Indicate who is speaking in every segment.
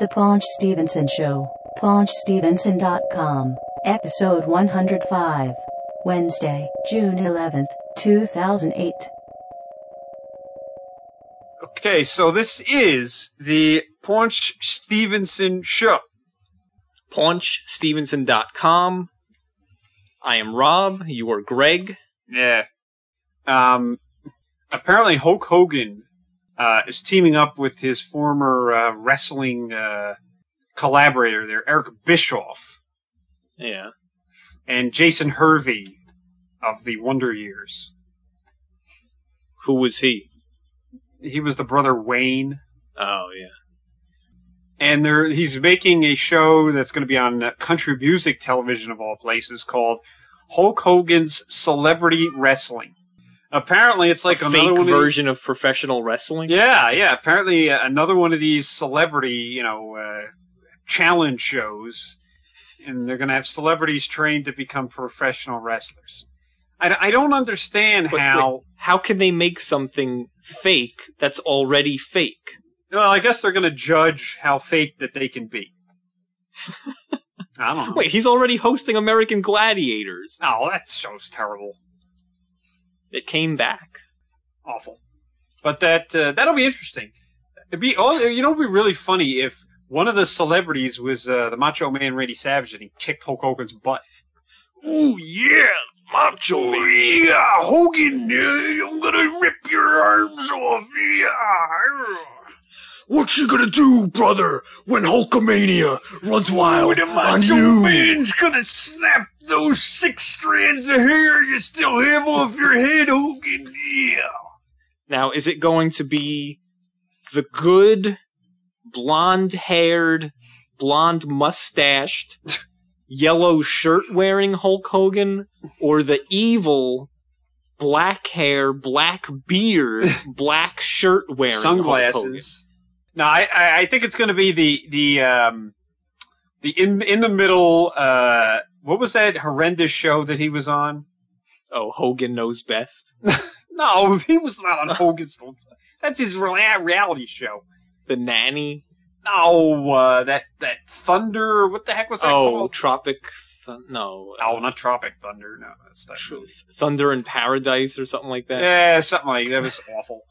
Speaker 1: The Paunch Stevenson Show, paunchstevenson.com, episode 105, Wednesday, June 11th, 2008.
Speaker 2: Okay, so this is the Paunch Stevenson Show.
Speaker 3: paunchstevenson.com. I am Rob. You are Greg.
Speaker 2: Yeah. Um, apparently Hulk Hogan uh, is teaming up with his former uh, wrestling uh, collaborator there, Eric Bischoff,
Speaker 3: Yeah.
Speaker 2: and Jason Hervey of the Wonder Years.
Speaker 3: Who was he?
Speaker 2: He was the brother Wayne,
Speaker 3: Oh, yeah.
Speaker 2: and there he's making a show that's going to be on uh, country music television of all places called Hulk Hogan's Celebrity Wrestling. Apparently, it's like
Speaker 3: a
Speaker 2: another
Speaker 3: fake
Speaker 2: one of these-
Speaker 3: version of professional wrestling.
Speaker 2: Yeah, yeah. Apparently, uh, another one of these celebrity, you know, uh, challenge shows, and they're going to have celebrities trained to become professional wrestlers. I, d- I don't understand
Speaker 3: But wait,
Speaker 2: how.
Speaker 3: How can they make something fake that's already fake?
Speaker 2: Well, I guess they're going to judge how fake that they can be. I don't know.
Speaker 3: Wait, he's already hosting American Gladiators.
Speaker 2: Oh, that show's terrible,
Speaker 3: It came back.
Speaker 2: awful. But that uh, that'll be interesting. It'd be all you know. It'd be really funny if one of the celebrities was uh, the Macho Man Randy Savage, and he kicked Hulk Hogan's butt.
Speaker 3: Ooh, yeah. Macho
Speaker 2: yeah, Hogan, uh, I'm gonna rip your arms off. Yeah.
Speaker 4: What you gonna do, brother, when Hulkamania runs wild on you?
Speaker 2: gonna snap those six strands of hair you still have off your head, Hogan. Yeah.
Speaker 3: Now, is it going to be the good, blonde haired, blonde mustached, yellow shirt wearing Hulk Hogan, or the evil, black hair, black beard, black shirt wearing Hulk Hogan?
Speaker 2: Sunglasses. No, I, I I think it's gonna be the the um the in in the middle. Uh, what was that horrendous show that he was on?
Speaker 3: Oh, Hogan knows best.
Speaker 2: No, he was not on Hogan's. That's his rea- reality show.
Speaker 3: The nanny.
Speaker 2: Oh, uh, that that thunder. What the heck was that
Speaker 3: Oh,
Speaker 2: called?
Speaker 3: Tropic. Th- no.
Speaker 2: Oh, not Tropic Thunder. No, that's not
Speaker 3: Tr- Thunder in Paradise or something like that.
Speaker 2: Yeah, something like that was awful.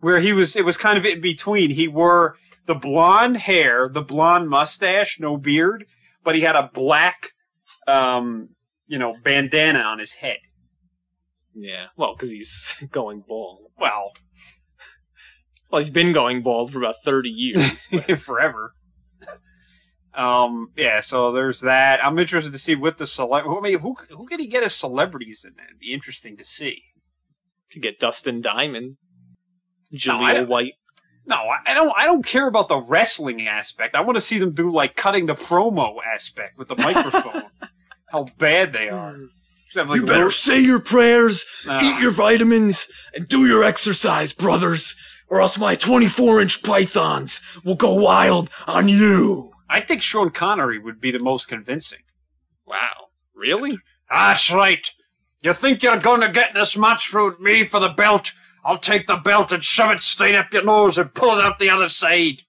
Speaker 2: Where he was, it was kind of in between. He wore the blonde hair, the blonde mustache, no beard, but he had a black, um, you know, bandana on his head.
Speaker 3: yeah. Well, because he's going bald.
Speaker 2: Well,
Speaker 3: Well, he's been going bald for about 30 years. but-
Speaker 2: forever. Um, yeah. So there's that. I'm interested to see what the select. I mean, who who could he get as celebrities in that? It'd be interesting to see.
Speaker 3: Could get Dustin Diamond,
Speaker 2: No, I
Speaker 3: Julia
Speaker 2: don't-
Speaker 3: White.
Speaker 2: No, I- I don't. I don't care about the wrestling aspect. I want to see them do like cutting the promo aspect with the microphone. How bad they are! Should have, like,
Speaker 4: You better
Speaker 2: little-
Speaker 4: say your prayers,
Speaker 2: Ah.
Speaker 4: eat your vitamins, and do your exercise, brothers, or else my 24 inch pythons will go wild on you.
Speaker 2: I think Sean Connery would be the most convincing.
Speaker 3: Wow, really?
Speaker 2: That's right. You think you're going to get this match through me for the belt? I'll take the belt and shove it straight up your nose and pull it out the other side.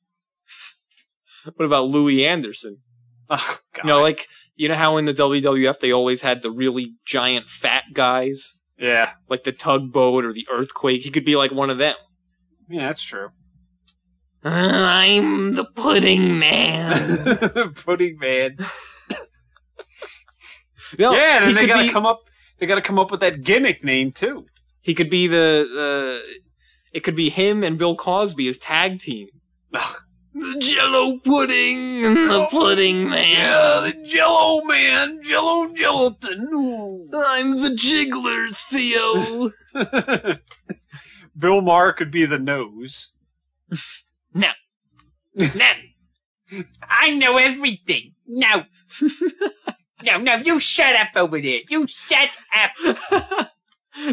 Speaker 3: What about Louis Anderson?
Speaker 2: Oh, God.
Speaker 3: You know, like you know how in the WWF they always had the really giant fat guys,
Speaker 2: yeah,
Speaker 3: like the tugboat or the earthquake. He could be like one of them.
Speaker 2: yeah, that's true.
Speaker 3: I'm the pudding man.
Speaker 2: Pudding man.
Speaker 3: No,
Speaker 2: yeah, and
Speaker 3: he
Speaker 2: then they
Speaker 3: could
Speaker 2: got to
Speaker 3: be,
Speaker 2: come up. They got to come up with that gimmick name too.
Speaker 3: He could be the. Uh, it could be him and Bill Cosby as tag team.
Speaker 2: Ugh. Oh.
Speaker 3: The Jello pudding and the pudding man.
Speaker 2: the Jello man, Jello Gelatin.
Speaker 3: I'm the jiggler, Theo.
Speaker 2: Bill Maher could be the nose.
Speaker 3: Nah.
Speaker 2: I know everything. No, no, no! You shut up over there. You shut up.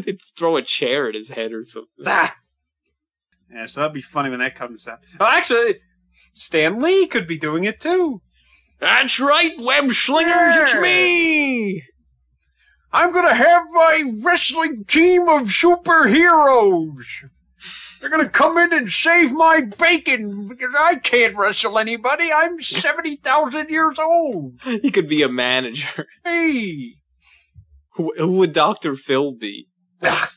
Speaker 3: They'd throw a chair at his head or something.
Speaker 2: Ah. Yeah, so that'd be funny when that comes out. Oh, actually, Stan Lee could be doing it too.
Speaker 3: That's right, web slingers, it's me!
Speaker 2: I'm gonna have my wrestling team of superheroes. They're gonna come in and shave my bacon because I can't wrestle anybody. I'm seventy thousand years old.
Speaker 3: He could be a manager.
Speaker 2: Hey,
Speaker 3: Who, who would Dr. Phil be?
Speaker 2: Ugh.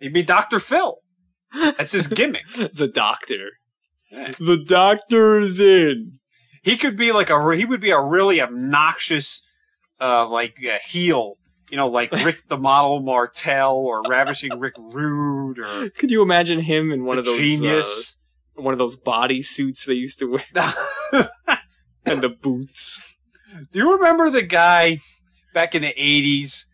Speaker 2: he'd be Doctor Phil. That's his gimmick.
Speaker 3: The doctor.
Speaker 2: Yeah.
Speaker 3: The doctor is in.
Speaker 2: he could be like a he would be a really obnoxious uh like uh, heel you know like rick the model martel or ravishing rick rude or
Speaker 3: Could you imagine him in one
Speaker 2: the
Speaker 3: of those
Speaker 2: genius
Speaker 3: uh, one of those body suits they used to wear and the boots?
Speaker 2: do you remember the guy back in the 80s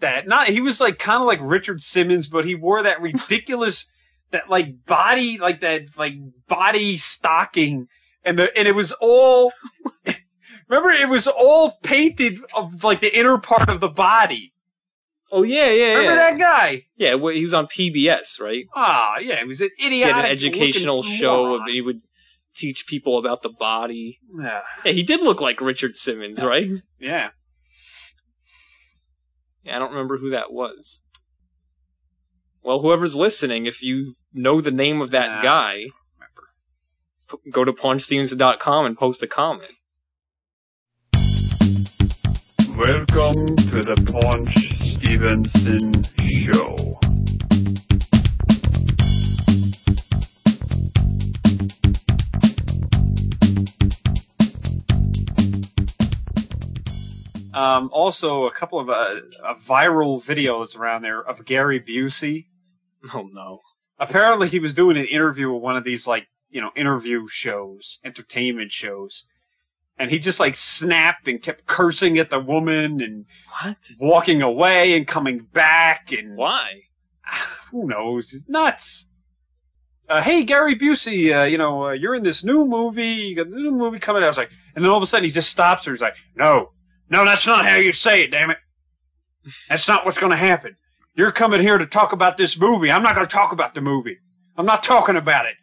Speaker 2: that not he was like kind of like richard simmons but he wore that ridiculous that like body like that like body stocking and the and it was all remember it was all painted of like the inner part of the body
Speaker 3: Oh yeah, yeah,
Speaker 2: Remember
Speaker 3: yeah.
Speaker 2: that guy?
Speaker 3: Yeah, well, he was on PBS, right?
Speaker 2: Ah, yeah, he was an
Speaker 3: He
Speaker 2: idiotic.
Speaker 3: had an educational
Speaker 2: looking
Speaker 3: show
Speaker 2: moron.
Speaker 3: and he would teach people about the body.
Speaker 2: Yeah,
Speaker 3: Yeah, he did look like Richard Simmons, right?
Speaker 2: yeah.
Speaker 3: Yeah, I don't remember who that was. Well, whoever's listening, if you know the name of that
Speaker 2: Nah,
Speaker 3: guy, p- go to pawnstevenson.com and post a comment.
Speaker 5: Welcome to the Paunch Stevenson Show.
Speaker 2: Um, also, a couple of uh, uh, viral videos around there of Gary Busey.
Speaker 3: Oh no.
Speaker 2: Apparently, he was doing an interview with one of these like you know interview shows, entertainment shows, and he just like snapped and kept cursing at the woman and
Speaker 3: What?
Speaker 2: walking away and coming back and
Speaker 3: Why?
Speaker 2: who knows? It's nuts. Uh, hey, Gary Busey, uh, you know, uh, you're in this new movie. You got this new movie coming out. I was like, and then all of a sudden he just stops her. He's like, no, no, that's not how you say it, damn it. That's not what's going to happen. You're coming here to talk about this movie. I'm not going to talk about the movie. I'm not talking about it.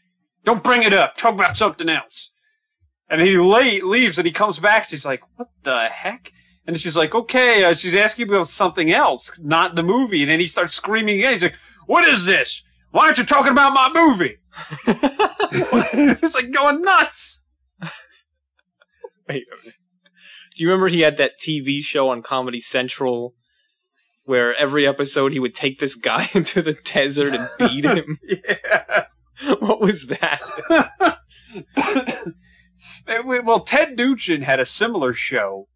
Speaker 2: Don't bring it up. Talk about something else. And he late leaves and he comes back. She's like, what the heck? And she's like, okay. Uh, she's asking about something else, not the movie. And then he starts screaming again. He's like, what is this? Why aren't you talking about my movie? it's like going nuts.
Speaker 3: Wait. a minute. Do you remember he had that TV show on Comedy Central where every episode he would take this guy into the desert and beat him?
Speaker 2: Yeah.
Speaker 3: what was that?
Speaker 2: Eh, we- well, Ted Nugent had a similar show,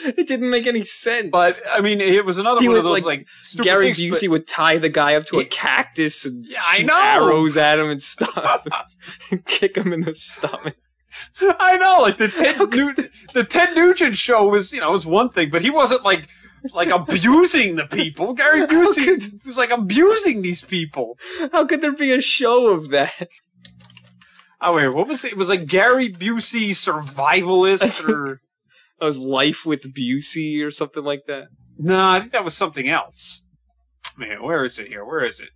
Speaker 3: It didn't make any sense.
Speaker 2: but I mean, it was another
Speaker 3: He
Speaker 2: one of
Speaker 3: was
Speaker 2: those
Speaker 3: like
Speaker 2: like, stupid
Speaker 3: Gary
Speaker 2: things, but-
Speaker 3: Busey would tie the guy up to a
Speaker 2: Yeah.
Speaker 3: cactus and
Speaker 2: Yeah, I
Speaker 3: shoot
Speaker 2: know.
Speaker 3: arrows at him and stuff, and kick him in the stomach.
Speaker 2: I know, like the Ted Nugent, the Ted Nugent show was, you know, was one thing, but he wasn't like like abusing the people. Gary Busey
Speaker 3: could-
Speaker 2: was like abusing these people.
Speaker 3: How could there be a show of that?
Speaker 2: Oh wait, what was it? It was like Gary Busey survivalist or
Speaker 3: That was Life with Busey or something like that.
Speaker 2: no? I think that was something else. Man, where is it here? Where is it?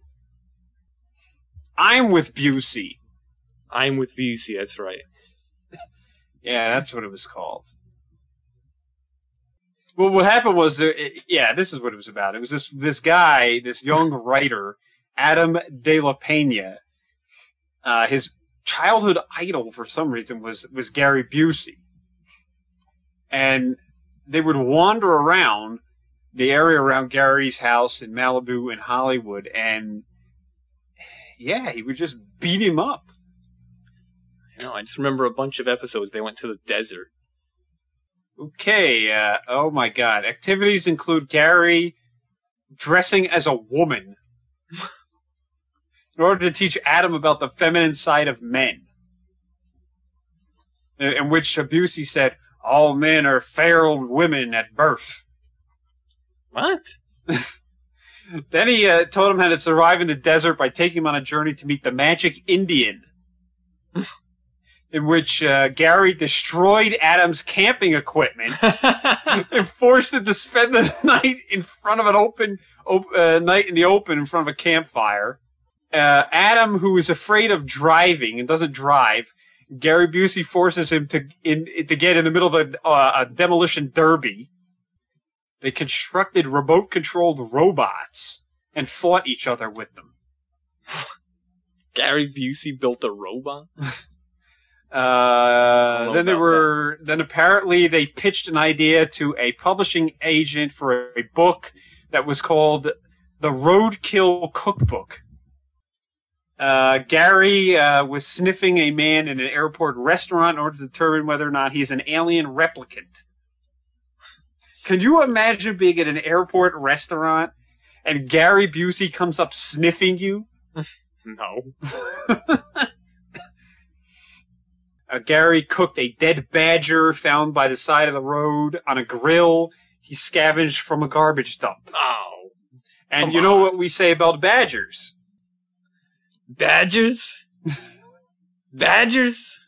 Speaker 2: I'm with Busey.
Speaker 3: I'm with Busey. That's right.
Speaker 2: Yeah, that's what it was called. Well, what happened was, uh, it- yeah, this is what it was about. It was this this guy, this young writer, Adam De La Pena. Uh, his childhood idol, for some reason, was was Gary Busey, and they would wander around the area around Gary's house in Malibu and Hollywood, and yeah, he would just beat him up.
Speaker 3: No, I just remember a bunch of episodes. They went to the desert.
Speaker 2: Okay. Uh, oh my God. Activities include Gary dressing as a woman in order to teach Adam about the feminine side of men. Uh, In in which Busey said, "All men are feral women at birth."
Speaker 3: What?
Speaker 2: Then he uh, taught him how to survive in the desert by taking him on a journey to meet the magic Indian, in which uh, Gary destroyed Adam's camping equipment and forced him to spend the night in front of an open op- uh, night in the open in front of a campfire. Uh, Adam, who is afraid of driving and doesn't drive, Gary Busey forces him to in, to get in the middle of a, uh, a demolition derby. They constructed remote controlled robots and fought each other with them.
Speaker 3: Gary Busey built a robot.
Speaker 2: Uh,
Speaker 3: know
Speaker 2: then there
Speaker 3: about
Speaker 2: were then apparently they pitched an idea to a publishing agent for a book that was called the Roadkill Cookbook. Uh, Gary uh, was sniffing a man in an airport restaurant in order to determine whether or not he's an alien replicant. Can you imagine being at an airport restaurant and Gary Busey comes up sniffing you?
Speaker 3: No.
Speaker 2: Uh, Gary cooked a dead badger found by the side of the road on a grill he scavenged from a garbage dump.
Speaker 3: Oh.
Speaker 2: And
Speaker 3: Come
Speaker 2: you know
Speaker 3: on.
Speaker 2: what we say about badgers?
Speaker 3: Badgers? badgers?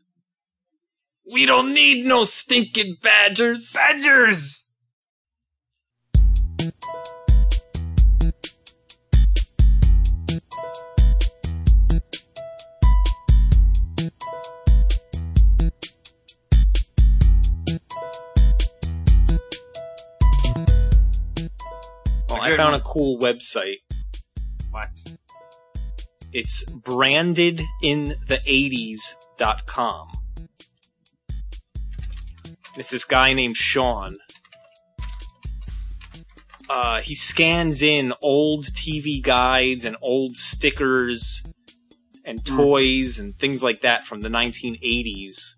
Speaker 3: We don't need no stinking badgers.
Speaker 2: Badgers!
Speaker 3: Well,
Speaker 2: Good
Speaker 3: Oh, I found
Speaker 2: one.
Speaker 3: a cool website.
Speaker 2: What?
Speaker 3: It's brandedinthe80s.com. It's this guy named Sean. Uh, he scans in old TV guides and old stickers and toys and things like that from the 1980s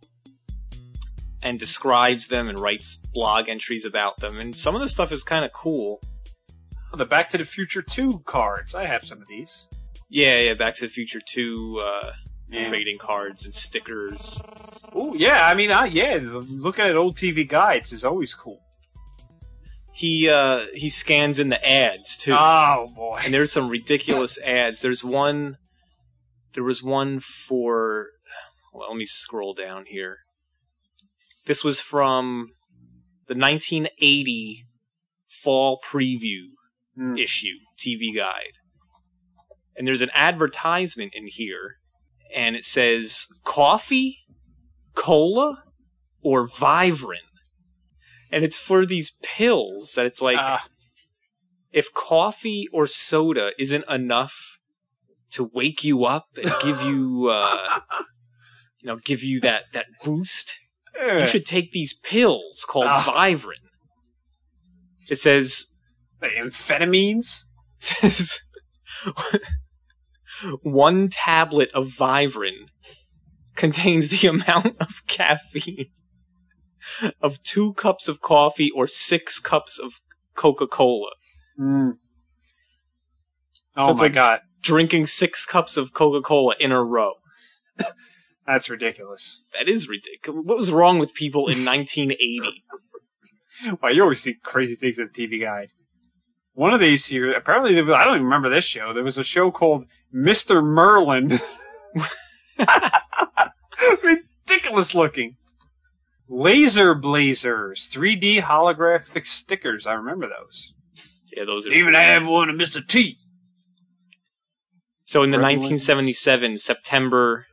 Speaker 3: and describes them and writes blog entries about them. And some of the stuff is kind of cool.
Speaker 2: The Back to the Future 2 cards. I have some of these.
Speaker 3: Yeah, yeah, Back to the Future 2 uh,
Speaker 2: Yeah.
Speaker 3: trading cards and stickers.
Speaker 2: Oh, yeah, I mean, I, yeah, looking at old TV guides is always cool.
Speaker 3: He uh, he scans in the ads too,
Speaker 2: Oh, boy.
Speaker 3: and there's some ridiculous ads. There's one, there was one for. Well, let me scroll down here. This was from the 1980 fall preview
Speaker 2: Mm.
Speaker 3: issue TV guide. And there's an advertisement in here, and it says coffee, cola, or Vivarin. And it's for these pills that it's like
Speaker 2: Ah,
Speaker 3: if coffee or soda isn't enough to wake you up and give you, uh, you know, give you that that boost, you
Speaker 2: eh,
Speaker 3: should take these pills called
Speaker 2: Ah.
Speaker 3: Vivarin. It says
Speaker 2: amphetamines?
Speaker 3: says one tablet of Vivarin contains the amount of caffeine of two cups of coffee or six cups of Coca Cola.
Speaker 2: Mm. Oh,
Speaker 3: So it's
Speaker 2: my
Speaker 3: like-
Speaker 2: God.
Speaker 3: Drinking six cups of Coca Cola in a row.
Speaker 2: That's ridiculous.
Speaker 3: That is ridiculous. What was wrong with people in 1980?
Speaker 2: Wow, you always see crazy things in TV Guide. One of these here, apparently, there was, I don't even remember this show. There was a show called Mr. Merlin. Ridiculous looking. Laser blazers, 3D holographic stickers. I remember those.
Speaker 3: Yeah, those are.
Speaker 2: Even I have one of Mr. T.
Speaker 3: So in the
Speaker 2: Rebel
Speaker 3: 1977 September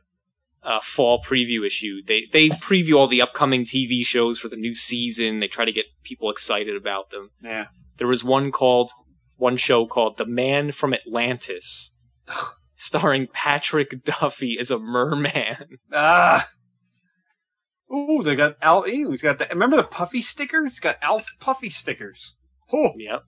Speaker 3: uh, fall preview issue, they they preview all the upcoming TV shows for the new season. They try to get people excited about them.
Speaker 2: Yeah.
Speaker 3: There was one called one show called The Man from Atlantis, starring Patrick Duffy as a merman.
Speaker 2: Ah. Ooh, they got Al. Ew, he's got the. Remember the puffy stickers? It's got Alf puffy stickers. Oh.
Speaker 3: Yep.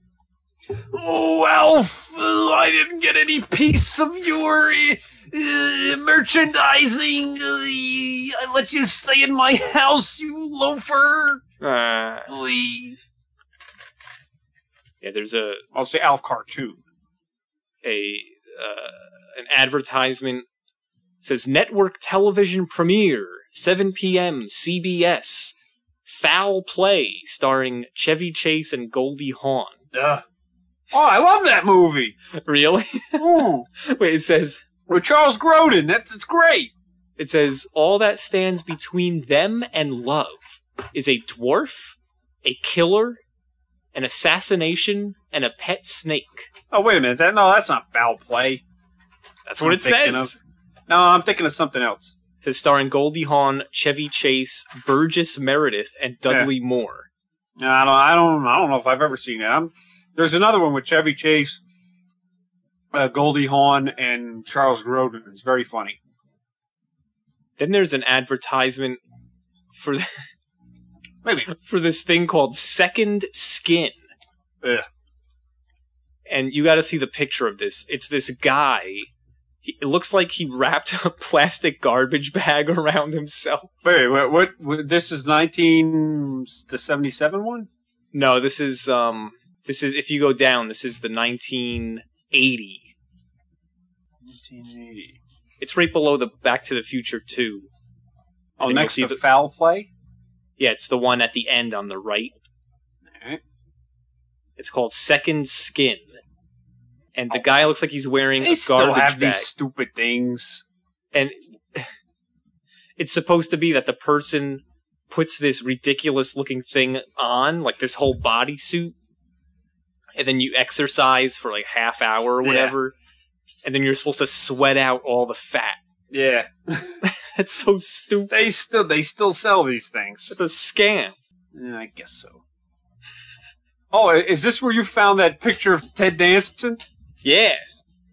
Speaker 2: Oh, Alf, uh, I didn't get any piece of your uh, uh, merchandising. Uh, I let you stay in my house, you loafer.
Speaker 3: Uh,
Speaker 2: Lee.
Speaker 3: yeah, there's a
Speaker 2: I'll say Alf cartoon.
Speaker 3: a uh, an advertisement says network television premiere 7 p.m. CBS foul play starring Chevy Chase and Goldie Hawn.
Speaker 2: Ugh. Oh, I love that movie.
Speaker 3: Really?
Speaker 2: Ooh,
Speaker 3: Wait, it says
Speaker 2: with Charles Grodin. That's it's great.
Speaker 3: it says all that stands between them and love is a dwarf, a killer, an assassination, and a pet snake.
Speaker 2: Oh, wait a minute. That no, that's not foul play.
Speaker 3: That's
Speaker 2: what it says. No, I'm thinking of something else.
Speaker 3: It says starring Goldie Hawn, Chevy Chase, Burgess Meredith, and Dudley Moore.
Speaker 2: No, I don't. I don't. I don't know if I've ever seen that. I'm, there's another one with Chevy Chase. uh, Goldie Hawn and Charles Grodin. It's very funny.
Speaker 3: Then there's an advertisement for
Speaker 2: Maybe
Speaker 3: for this thing called Second Skin.
Speaker 2: Ugh.
Speaker 3: And you got to see the picture of this. It's this guy. He, it looks like he wrapped a plastic garbage bag around himself.
Speaker 2: wait, what, what, what? This is nineteen the seventy seven one.
Speaker 3: No, this is um this is if you go down, this is the 1980.
Speaker 2: Nineteen eighty.
Speaker 3: It's right below the Back to the Future 2.
Speaker 2: Oh,
Speaker 3: And you'll
Speaker 2: next
Speaker 3: see
Speaker 2: to
Speaker 3: the-
Speaker 2: foul play.
Speaker 3: Yeah, it's the one at the end on the right.
Speaker 2: Alright.
Speaker 3: It's called Second Skin. And the
Speaker 2: Oh.
Speaker 3: guy looks like he's wearing
Speaker 2: They
Speaker 3: a
Speaker 2: still
Speaker 3: garbage
Speaker 2: have
Speaker 3: bag.
Speaker 2: these stupid things.
Speaker 3: and it's supposed to be that the person puts this ridiculous looking thing on, like this whole bodysuit, and then you exercise for like half hour or
Speaker 2: Yeah.
Speaker 3: whatever, and then you're supposed to sweat out all the fat.
Speaker 2: Yeah,
Speaker 3: That's so stupid.
Speaker 2: they still they still sell these things.
Speaker 3: It's a scam.
Speaker 2: Yeah, I guess so. Oh, i- is this where you found that picture of Ted Danson?
Speaker 3: Yeah.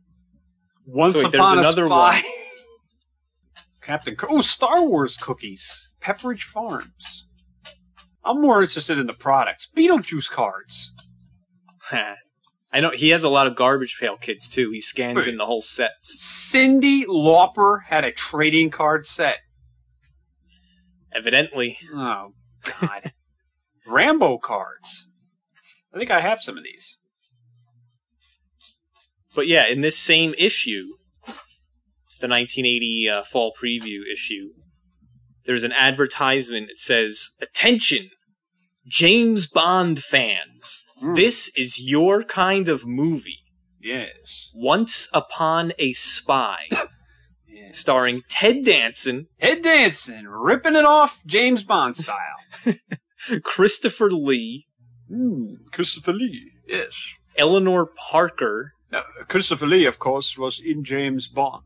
Speaker 2: Once
Speaker 3: So wait, there's
Speaker 2: upon
Speaker 3: another
Speaker 2: a spy. Captain. Co- oh, Star Wars cookies. Pepperidge Farms. I'm more interested in the products. Beetlejuice cards.
Speaker 3: I know he has a lot of garbage pail kids too. He scans
Speaker 2: Wait.
Speaker 3: in the whole sets.
Speaker 2: Cindy Lauper had a trading card set.
Speaker 3: Evidently.
Speaker 2: Oh God. Rambo cards. I think I have some of these.
Speaker 3: But yeah, in this same issue, the 1980 uh, fall preview issue, there's an advertisement that says, "Attention, James Bond fans!
Speaker 2: Mm.
Speaker 3: This is your kind of movie.
Speaker 2: Yes.
Speaker 3: Once Upon a Spy,
Speaker 2: yes.
Speaker 3: starring Ted Danson,
Speaker 2: Head dancing, ripping it off James Bond style.
Speaker 3: Christopher Lee, Hmm.
Speaker 2: Mm, Christopher Lee. Yes.
Speaker 3: Eleanor Parker,
Speaker 2: Now, Christopher Lee, of course, was in James Bond.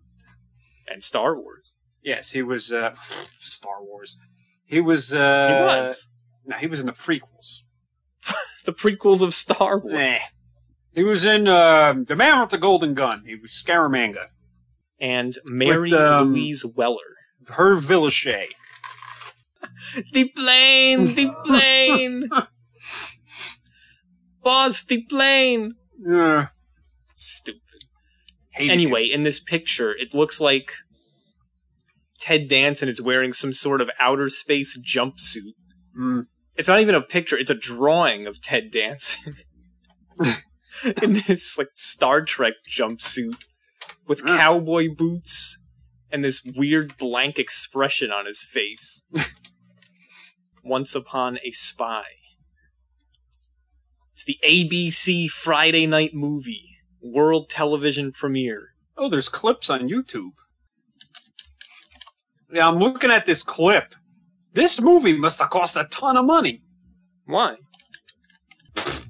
Speaker 3: and Star Wars."
Speaker 2: Yes, he was uh, Star Wars. He was. Uh,
Speaker 3: He was
Speaker 2: No, he was in the prequels.
Speaker 3: the prequels of Star Wars.
Speaker 2: Nah. He was in uh, The Man with the Golden Gun. He was Scaramanga.
Speaker 3: And Mary
Speaker 2: um,
Speaker 3: Louise Weller.
Speaker 2: Her Villachet.
Speaker 3: The plane, the plane. Boss, the plane.
Speaker 2: Uh,
Speaker 3: Stupid.
Speaker 2: hated
Speaker 3: Anyway, in this picture, it looks like Ted Danson is wearing some sort of outer space jumpsuit.
Speaker 2: it. Mm.
Speaker 3: It's not even a picture, it's a drawing of Ted Danson. in this like Star Trek jumpsuit with
Speaker 2: Mm.
Speaker 3: cowboy boots and this weird blank expression on his face. Once upon a spy. It's the ABC Friday night movie, world television premiere.
Speaker 2: Oh, there's clips on YouTube. Yeah, I'm looking at this clip. This movie must have cost a ton of money.
Speaker 3: Why?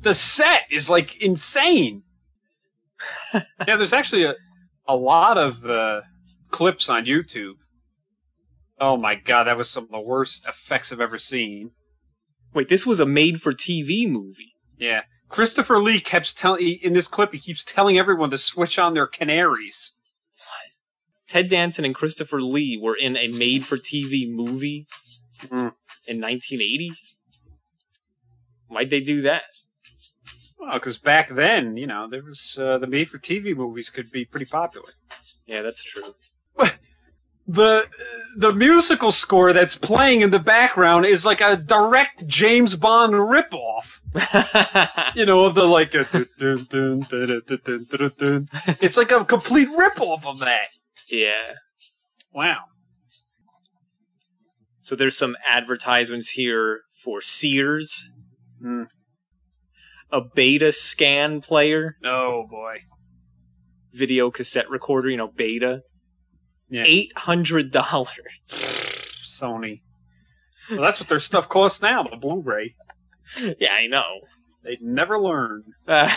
Speaker 2: the set is like insane. yeah, there's actually a, a lot of uh, clips on YouTube. Oh my god, that was some of the worst effects I've ever seen.
Speaker 3: Wait, this was a made for TV movie.
Speaker 2: Yeah, Christopher Lee keeps telling in this clip he keeps telling everyone to switch on their canaries.
Speaker 3: Ted Danson and Christopher Lee were in a made for TV movie
Speaker 2: Mm.
Speaker 3: in 1980? Why'd they do that?
Speaker 2: Well, because back then, you know, there was uh, the made for TV movies could be pretty popular.
Speaker 3: Yeah, that's true.
Speaker 2: The the musical score that's playing in the background is like a direct James Bond ripoff. you know, of the like, uh, dun, dun, dun, dun, dun, dun, dun, dun. it's like a complete ripoff of that.
Speaker 3: yeah.
Speaker 2: Wow.
Speaker 3: So there's some advertisements here for Sears,
Speaker 2: Hmm.
Speaker 3: a beta scan player,
Speaker 2: Oh boy.
Speaker 3: video cassette recorder, you know, beta.
Speaker 2: Yeah.
Speaker 3: $800.
Speaker 2: Sony. Well, that's what their stuff costs now. The Blu-ray.
Speaker 3: yeah, I know.
Speaker 2: They never learn.
Speaker 3: Uh,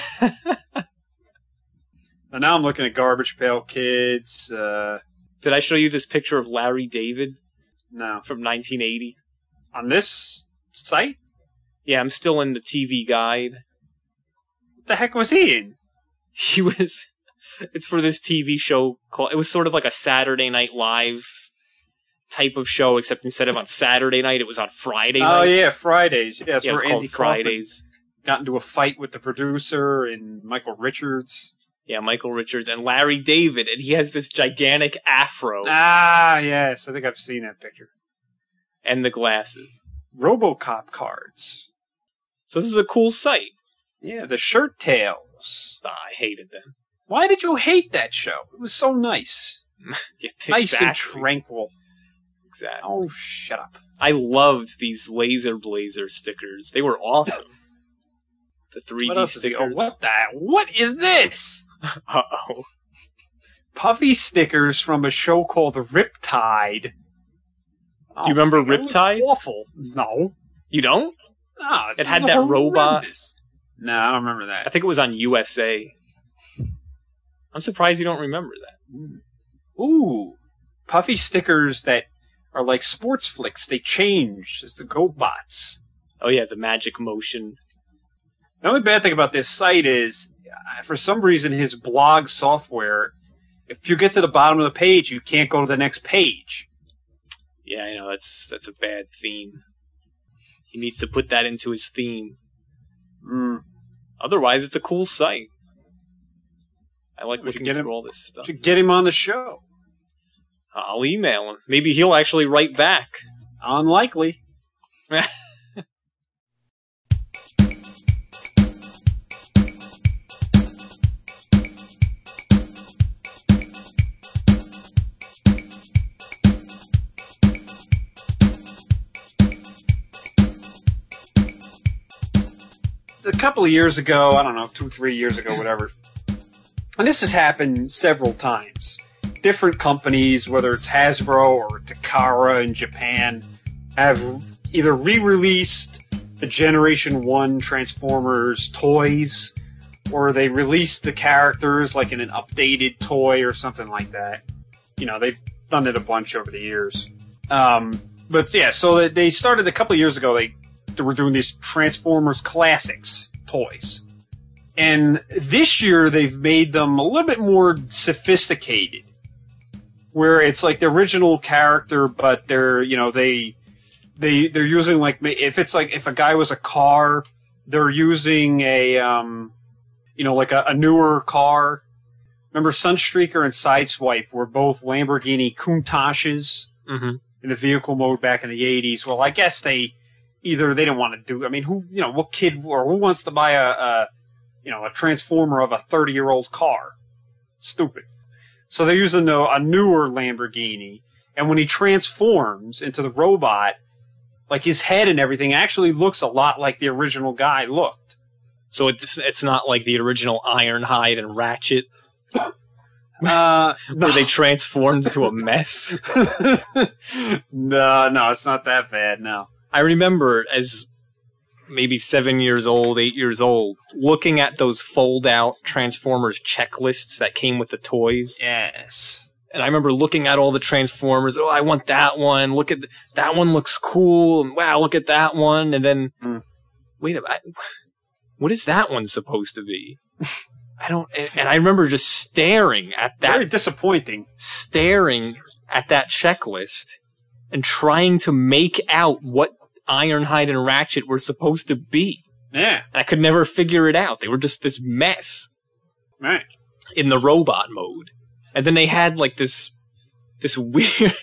Speaker 2: And now I'm looking at Garbage Pail Kids. Uh,
Speaker 3: did I show you this picture of Larry David
Speaker 2: no,
Speaker 3: from 1980?
Speaker 2: on this site,
Speaker 3: Yeah, I'm still in the TV guide.
Speaker 2: what the heck was he in?
Speaker 3: He was it's for this TV show called. It was sort of like a Saturday Night Live type of show, except instead of on Saturday night, it was on Friday
Speaker 2: Oh
Speaker 3: night.
Speaker 2: yeah, Fridays. Yes,
Speaker 3: Yeah,
Speaker 2: where
Speaker 3: it's called
Speaker 2: Andy Fridays
Speaker 3: Fridays.
Speaker 2: got into a fight with the producer and Michael Richards.
Speaker 3: Yeah, Michael Richards and Larry David, and he has this gigantic afro
Speaker 2: Ah, yes, I think I've seen that picture.
Speaker 3: and the glasses.
Speaker 2: RoboCop cards.
Speaker 3: So this is a cool sight.
Speaker 2: Yeah, the shirt tails.
Speaker 3: Ah, I hated them.
Speaker 2: Why did you hate that show? It was so nice,
Speaker 3: Yeah,
Speaker 2: nice and
Speaker 3: exactly.
Speaker 2: tranquil.
Speaker 3: Exactly.
Speaker 2: Oh, shut up.
Speaker 3: I loved these laser blazer stickers. They were awesome. The 3D
Speaker 2: What else is
Speaker 3: stickers.
Speaker 2: oh, what the? What is this?
Speaker 3: Uh-oh.
Speaker 2: Puffy stickers from a show called Riptide. Oh,
Speaker 3: you remember
Speaker 2: man, that was
Speaker 3: Riptide?
Speaker 2: Awful. No.
Speaker 3: You don't?
Speaker 2: No, this
Speaker 3: It had
Speaker 2: is
Speaker 3: that robot.
Speaker 2: horrendous. No, I don't remember
Speaker 3: I
Speaker 2: that.
Speaker 3: think it was on USA. I'm surprised you don't remember that.
Speaker 2: Ooh, puffy stickers that are like sports flicks. They change as the GoBots.
Speaker 3: Oh yeah, the magic motion.
Speaker 2: The only bad thing about this site is, uh, for some reason, his blog software. If you get to the bottom of the page, you can't go to the next page.
Speaker 3: Yeah, I know that's that's a bad theme. He needs to put that into his theme.
Speaker 2: Mm.
Speaker 3: Otherwise, it's a cool site. I like
Speaker 2: We should
Speaker 3: looking
Speaker 2: get
Speaker 3: through
Speaker 2: him-
Speaker 3: all this stuff.
Speaker 2: Should get him on the show.
Speaker 3: I'll email him. Maybe he'll actually write back.
Speaker 2: Unlikely. a couple of years ago, I don't know, two, three years ago, whatever. And this has happened several times. Different companies, whether it's Hasbro or Takara in Japan, have either re-released the Generation One Transformers toys, or they released the characters like in an updated toy or something like that. You know, they've done it a bunch over the years. Um, but yeah, so they- they started a couple of years ago. They they were doing these Transformers classics toys. And this year they've made them a little bit more sophisticated. Where it's like the original character, but they're you know, they they they're using like ma- if it's like if a guy was a car, they're using a um you know, like a, a newer car. Remember Sunstreaker and Sideswipe were both Lamborghini Countaches
Speaker 3: Mm-hmm.
Speaker 2: in the vehicle mode back in the 80s. Well, I guess they either they didn't want to do. I mean, who you know, what kid or who wants to buy a, a you know a transformer of a 30 year old car? Stupid. So they're using a, a newer Lamborghini, and when he transforms into the robot, like his head and everything actually looks a lot like the original guy looked.
Speaker 3: So it's it's not like the original Ironhide and Ratchet
Speaker 2: Uh,
Speaker 3: where they transformed into a mess.
Speaker 2: no, no, it's not that bad. No.
Speaker 3: I remember as maybe seven years old, eight years old, looking at those fold out Transformers checklists that came with the toys.
Speaker 2: Yes.
Speaker 3: And I remember looking at all the Transformers. Oh, I want that one. Look at th- that one looks cool. And wow, look at that one. And then,
Speaker 2: Hmm.
Speaker 3: wait a minute. What is that one supposed to be? I don't, and- and I remember just staring at that
Speaker 2: Very disappointing.
Speaker 3: staring at that checklist and trying to make out what Ironhide and Ratchet were supposed to be.
Speaker 2: Yeah.
Speaker 3: And I could never figure it out. They were just this mess
Speaker 2: Right.
Speaker 3: in the robot mode. And then they had like this this weird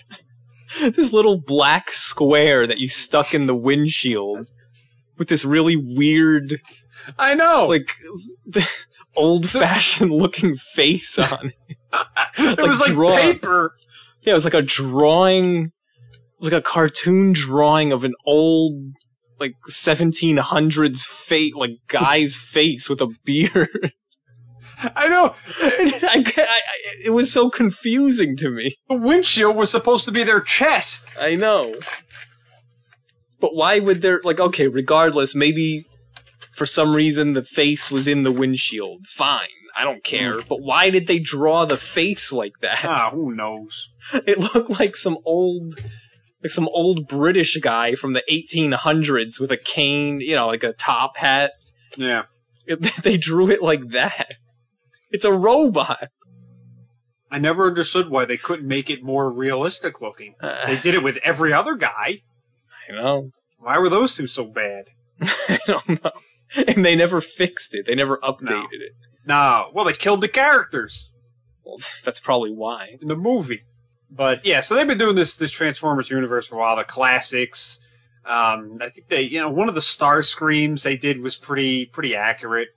Speaker 3: this little black square that you stuck in the windshield with this really weird
Speaker 2: I know.
Speaker 3: like old fashioned looking face on
Speaker 2: it
Speaker 3: like
Speaker 2: was like
Speaker 3: draw.
Speaker 2: paper.
Speaker 3: Yeah, it was like a drawing, it was like a cartoon drawing of an old, like 1700s fate, like guy's face with a beard.
Speaker 2: I know.
Speaker 3: And I, ca- I- I- it was so confusing to me.
Speaker 2: The windshield was supposed to be their chest.
Speaker 3: I know. But why would there, like, okay, regardless, maybe for some reason the face was in the windshield. Fine. I don't care. But why did they draw the face like that?
Speaker 2: Ah, who knows?
Speaker 3: it looked like some old like some old british guy from the 1800s with a cane you know like a top hat
Speaker 2: Yeah.
Speaker 3: it, they drew it like that It's a robot.
Speaker 2: I never understood why they couldn't make it more realistic looking. They
Speaker 3: Uh,
Speaker 2: did it with every other guy.
Speaker 3: I know.
Speaker 2: Why were those two so bad?
Speaker 3: I don't know. And they never fixed it. They never updated it.
Speaker 2: No, well, they killed the characters
Speaker 3: Well, that's probably why.
Speaker 2: in the movie. But yeah, so they've been doing this this Transformers universe for a while. The classics. Um, I think they, you know, one of the star screams they did was pretty pretty accurate.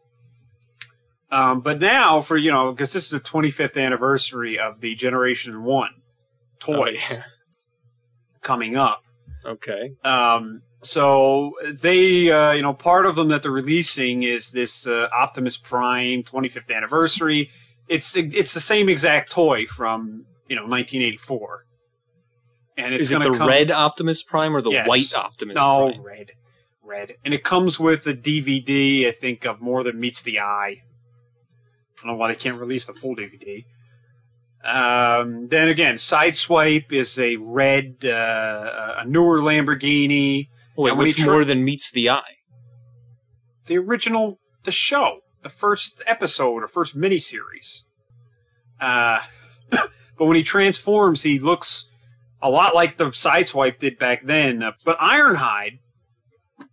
Speaker 2: Um, but now for you know, because this is the 25th anniversary of the Generation One toys
Speaker 3: Oh, yeah.
Speaker 2: coming up.
Speaker 3: Okay.
Speaker 2: Um, so they, uh, you know, part of them that they're releasing is this uh, Optimus Prime 25th anniversary. It's it's the same exact toy from you know 1984, and it's
Speaker 3: Is it
Speaker 2: gonna
Speaker 3: the
Speaker 2: come,
Speaker 3: red Optimus Prime or the
Speaker 2: Yes.
Speaker 3: white Optimus
Speaker 2: No,
Speaker 3: Prime?
Speaker 2: red, red, and it comes with a DVD. I think of more than meets the eye. I don't know why they can't release the full DVD. Um, then again, Sideswipe is a red, uh, a newer Lamborghini.
Speaker 3: Wait,
Speaker 2: And when
Speaker 3: what's
Speaker 2: he tr-
Speaker 3: more than meets the eye?
Speaker 2: the original the show, the first episode or first miniseries. Uh, but when he transforms, he looks a lot like the Sideswipe did back then. Uh, but Ironhide,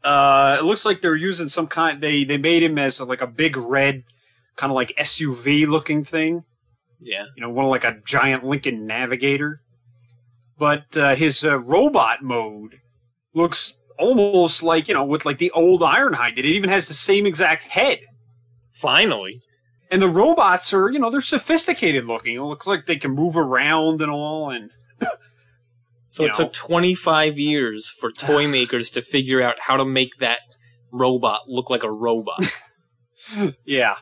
Speaker 2: uh, it looks like they're using some kind. They they made him as like a big red, kind of like SUV looking thing
Speaker 3: Yeah.
Speaker 2: you know, one like a giant Lincoln Navigator. But uh, his uh, robot mode looks almost like you know, with like the old Ironhide did. It even has the same exact head.
Speaker 3: Finally.
Speaker 2: And the robots are, you know, they're sophisticated looking. It looks like they can move around and all. And
Speaker 3: So
Speaker 2: You
Speaker 3: it
Speaker 2: know.
Speaker 3: took 25 years for toy makers to figure out how to make that robot look like a robot.
Speaker 2: yeah,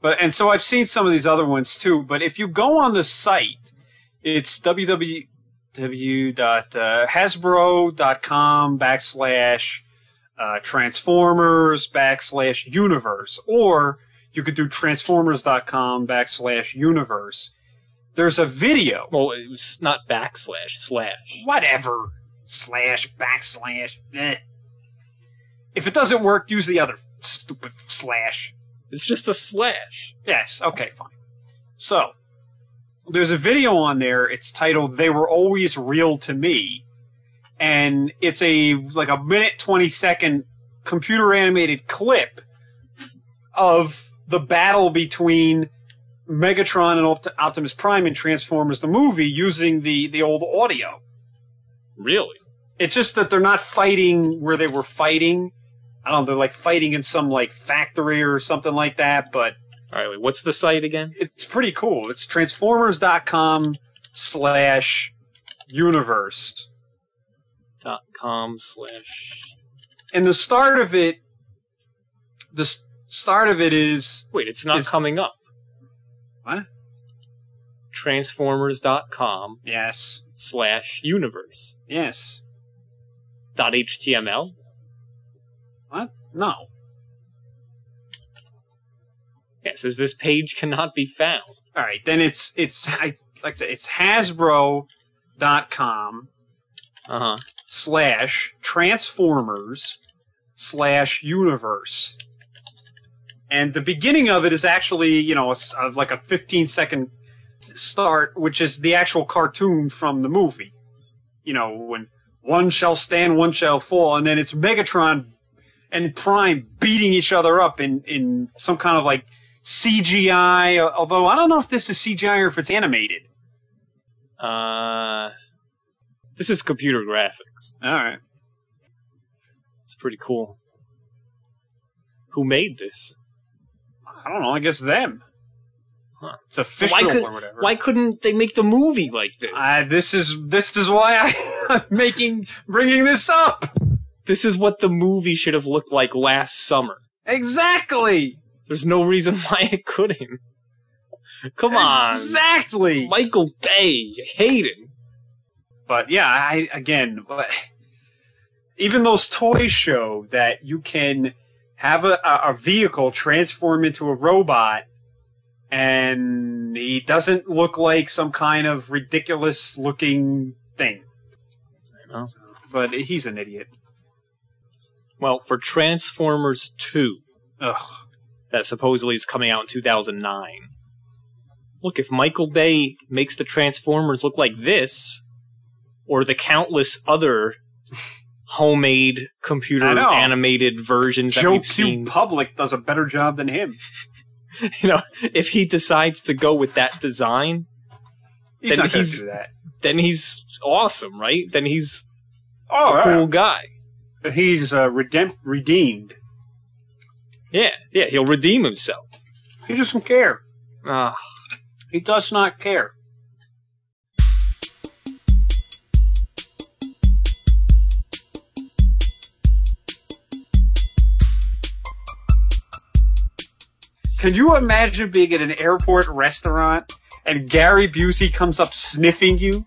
Speaker 2: but and so I've seen some of these other ones too. But if you go on the site, it's www.hasbro.com backslash uh, Transformers backslash universe, or you could do transformers.com backslash universe. There's a video,
Speaker 3: well, it was not backslash, slash.
Speaker 2: whatever, slash, backslash, eh. If it doesn't work, use the other stupid slash.
Speaker 3: It's just a slash.
Speaker 2: Yes. Okay. Fine. So there's a video on there. It's titled "They Were Always Real to Me," and it's a like a minute twenty second computer animated clip of the battle between Megatron and Opt- Optimus Prime in Transformers the movie using the the old audio.
Speaker 3: Really?
Speaker 2: It's just that they're not fighting where they were fighting. I don't know. They're like fighting in some like factory or something like that, but
Speaker 3: All right, wait, what's the site again?
Speaker 2: it's pretty cool. It's transformers.com slash universe.
Speaker 3: Dot com slash.
Speaker 2: And the start of it, the s- start of it is,
Speaker 3: Wait, it's not
Speaker 2: Is-
Speaker 3: coming up.
Speaker 2: What?
Speaker 3: Transformers.com
Speaker 2: yes,
Speaker 3: slash universe.
Speaker 2: yes,
Speaker 3: Dot HTML?
Speaker 2: what? No.
Speaker 3: Yes, says this page cannot be found.
Speaker 2: All right. Then it's, it's, I like to say, it's hasbro.com
Speaker 3: Uh huh.
Speaker 2: slash transformers slash universe. And the beginning of it is actually, you know, a s of like a 15 second start, which is the actual cartoon from the movie. You know, when one shall stand, one shall fall, and then it's Megatron and Prime beating each other up in, in some kind of like CGI, although I don't know if this is CGI or if it's animated.
Speaker 3: Uh, this is computer graphics.
Speaker 2: All right.
Speaker 3: It's pretty cool. Who made this?
Speaker 2: I don't know. I guess them.
Speaker 3: Huh.
Speaker 2: It's a
Speaker 3: So
Speaker 2: fish
Speaker 3: why could-
Speaker 2: or whatever.
Speaker 3: Why couldn't they make the movie like this?
Speaker 2: I, this is this is why I, I'm making bringing this up
Speaker 3: this is what the movie should have looked like last summer.
Speaker 2: exactly.
Speaker 3: There's no reason why it couldn't. Come on.
Speaker 2: exactly.
Speaker 3: Michael Bay. You hate him.
Speaker 2: But yeah, I again, but- even those toys show that you can have a, a a vehicle transform into a robot, and he doesn't look like some kind of ridiculous looking thing.
Speaker 3: I know.
Speaker 2: But he's an idiot.
Speaker 3: Well, for Transformers 2,
Speaker 2: Ugh.
Speaker 3: that supposedly is coming out in 2009, look, if Michael Bay makes the Transformers look like this, or the countless other homemade computer
Speaker 2: I know.
Speaker 3: animated versions that
Speaker 2: Joe
Speaker 3: we've
Speaker 2: Q
Speaker 3: seen,
Speaker 2: Public does a better job than him.
Speaker 3: you know, if he decides to go with that design,
Speaker 2: He's
Speaker 3: Then
Speaker 2: not going to
Speaker 3: he's-
Speaker 2: do that.
Speaker 3: then he's awesome, right? Then he's
Speaker 2: Oh,
Speaker 3: a
Speaker 2: yeah.
Speaker 3: cool guy.
Speaker 2: he's uh, redemp- redeemed.
Speaker 3: Yeah, yeah, he'll redeem himself.
Speaker 2: He doesn't care.
Speaker 3: Ah,
Speaker 2: He does not care. Can you imagine being at an airport restaurant and Gary Busey comes up sniffing you?